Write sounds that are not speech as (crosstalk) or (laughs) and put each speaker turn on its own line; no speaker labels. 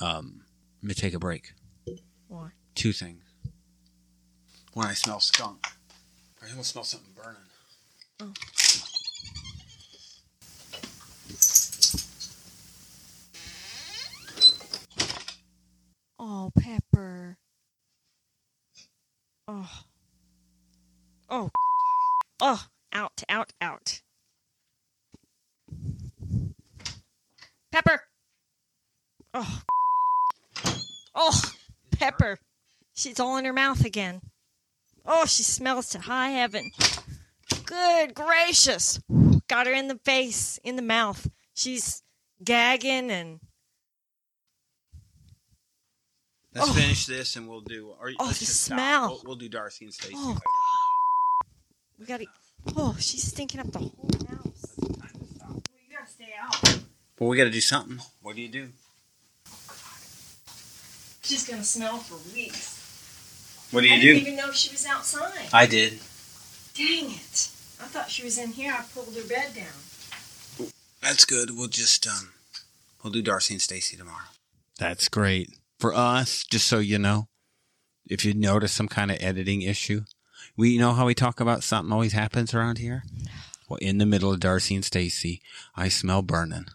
Um, I'm gonna take a break.
Why?
Two things. When I smell skunk, I almost smell something burning.
Oh. Oh, Pepper. Oh. Oh. (laughs) Oh, out, out, out. Pepper. Oh. (laughs) Oh, Pepper. She's all in her mouth again. Oh, she smells to high heaven. Good gracious. Got her in the face, in the mouth. She's gagging and
Let's
Oh.
finish this and we'll do. Or,
Oh,
let's
the
just stop.
smell.
We'll, we'll do Darcy and Stacy.
Oh.
later.
We gotta. Oh, she's stinking up the whole house. Well, you gotta stay out.
Well, we got to do something. What do you do?
She's gonna smell for weeks.
What do you
I
do?
didn't even know she was outside.
I did.
Dang it! I thought she was in here. I pulled her bed down.
That's good. We'll just um, we'll do Darcy and Stacy tomorrow. That's great for us. Just so you know, if you notice some kind of editing issue, we you know how we talk about something always happens around here. Well, in the middle of Darcy and Stacy, I smell burning.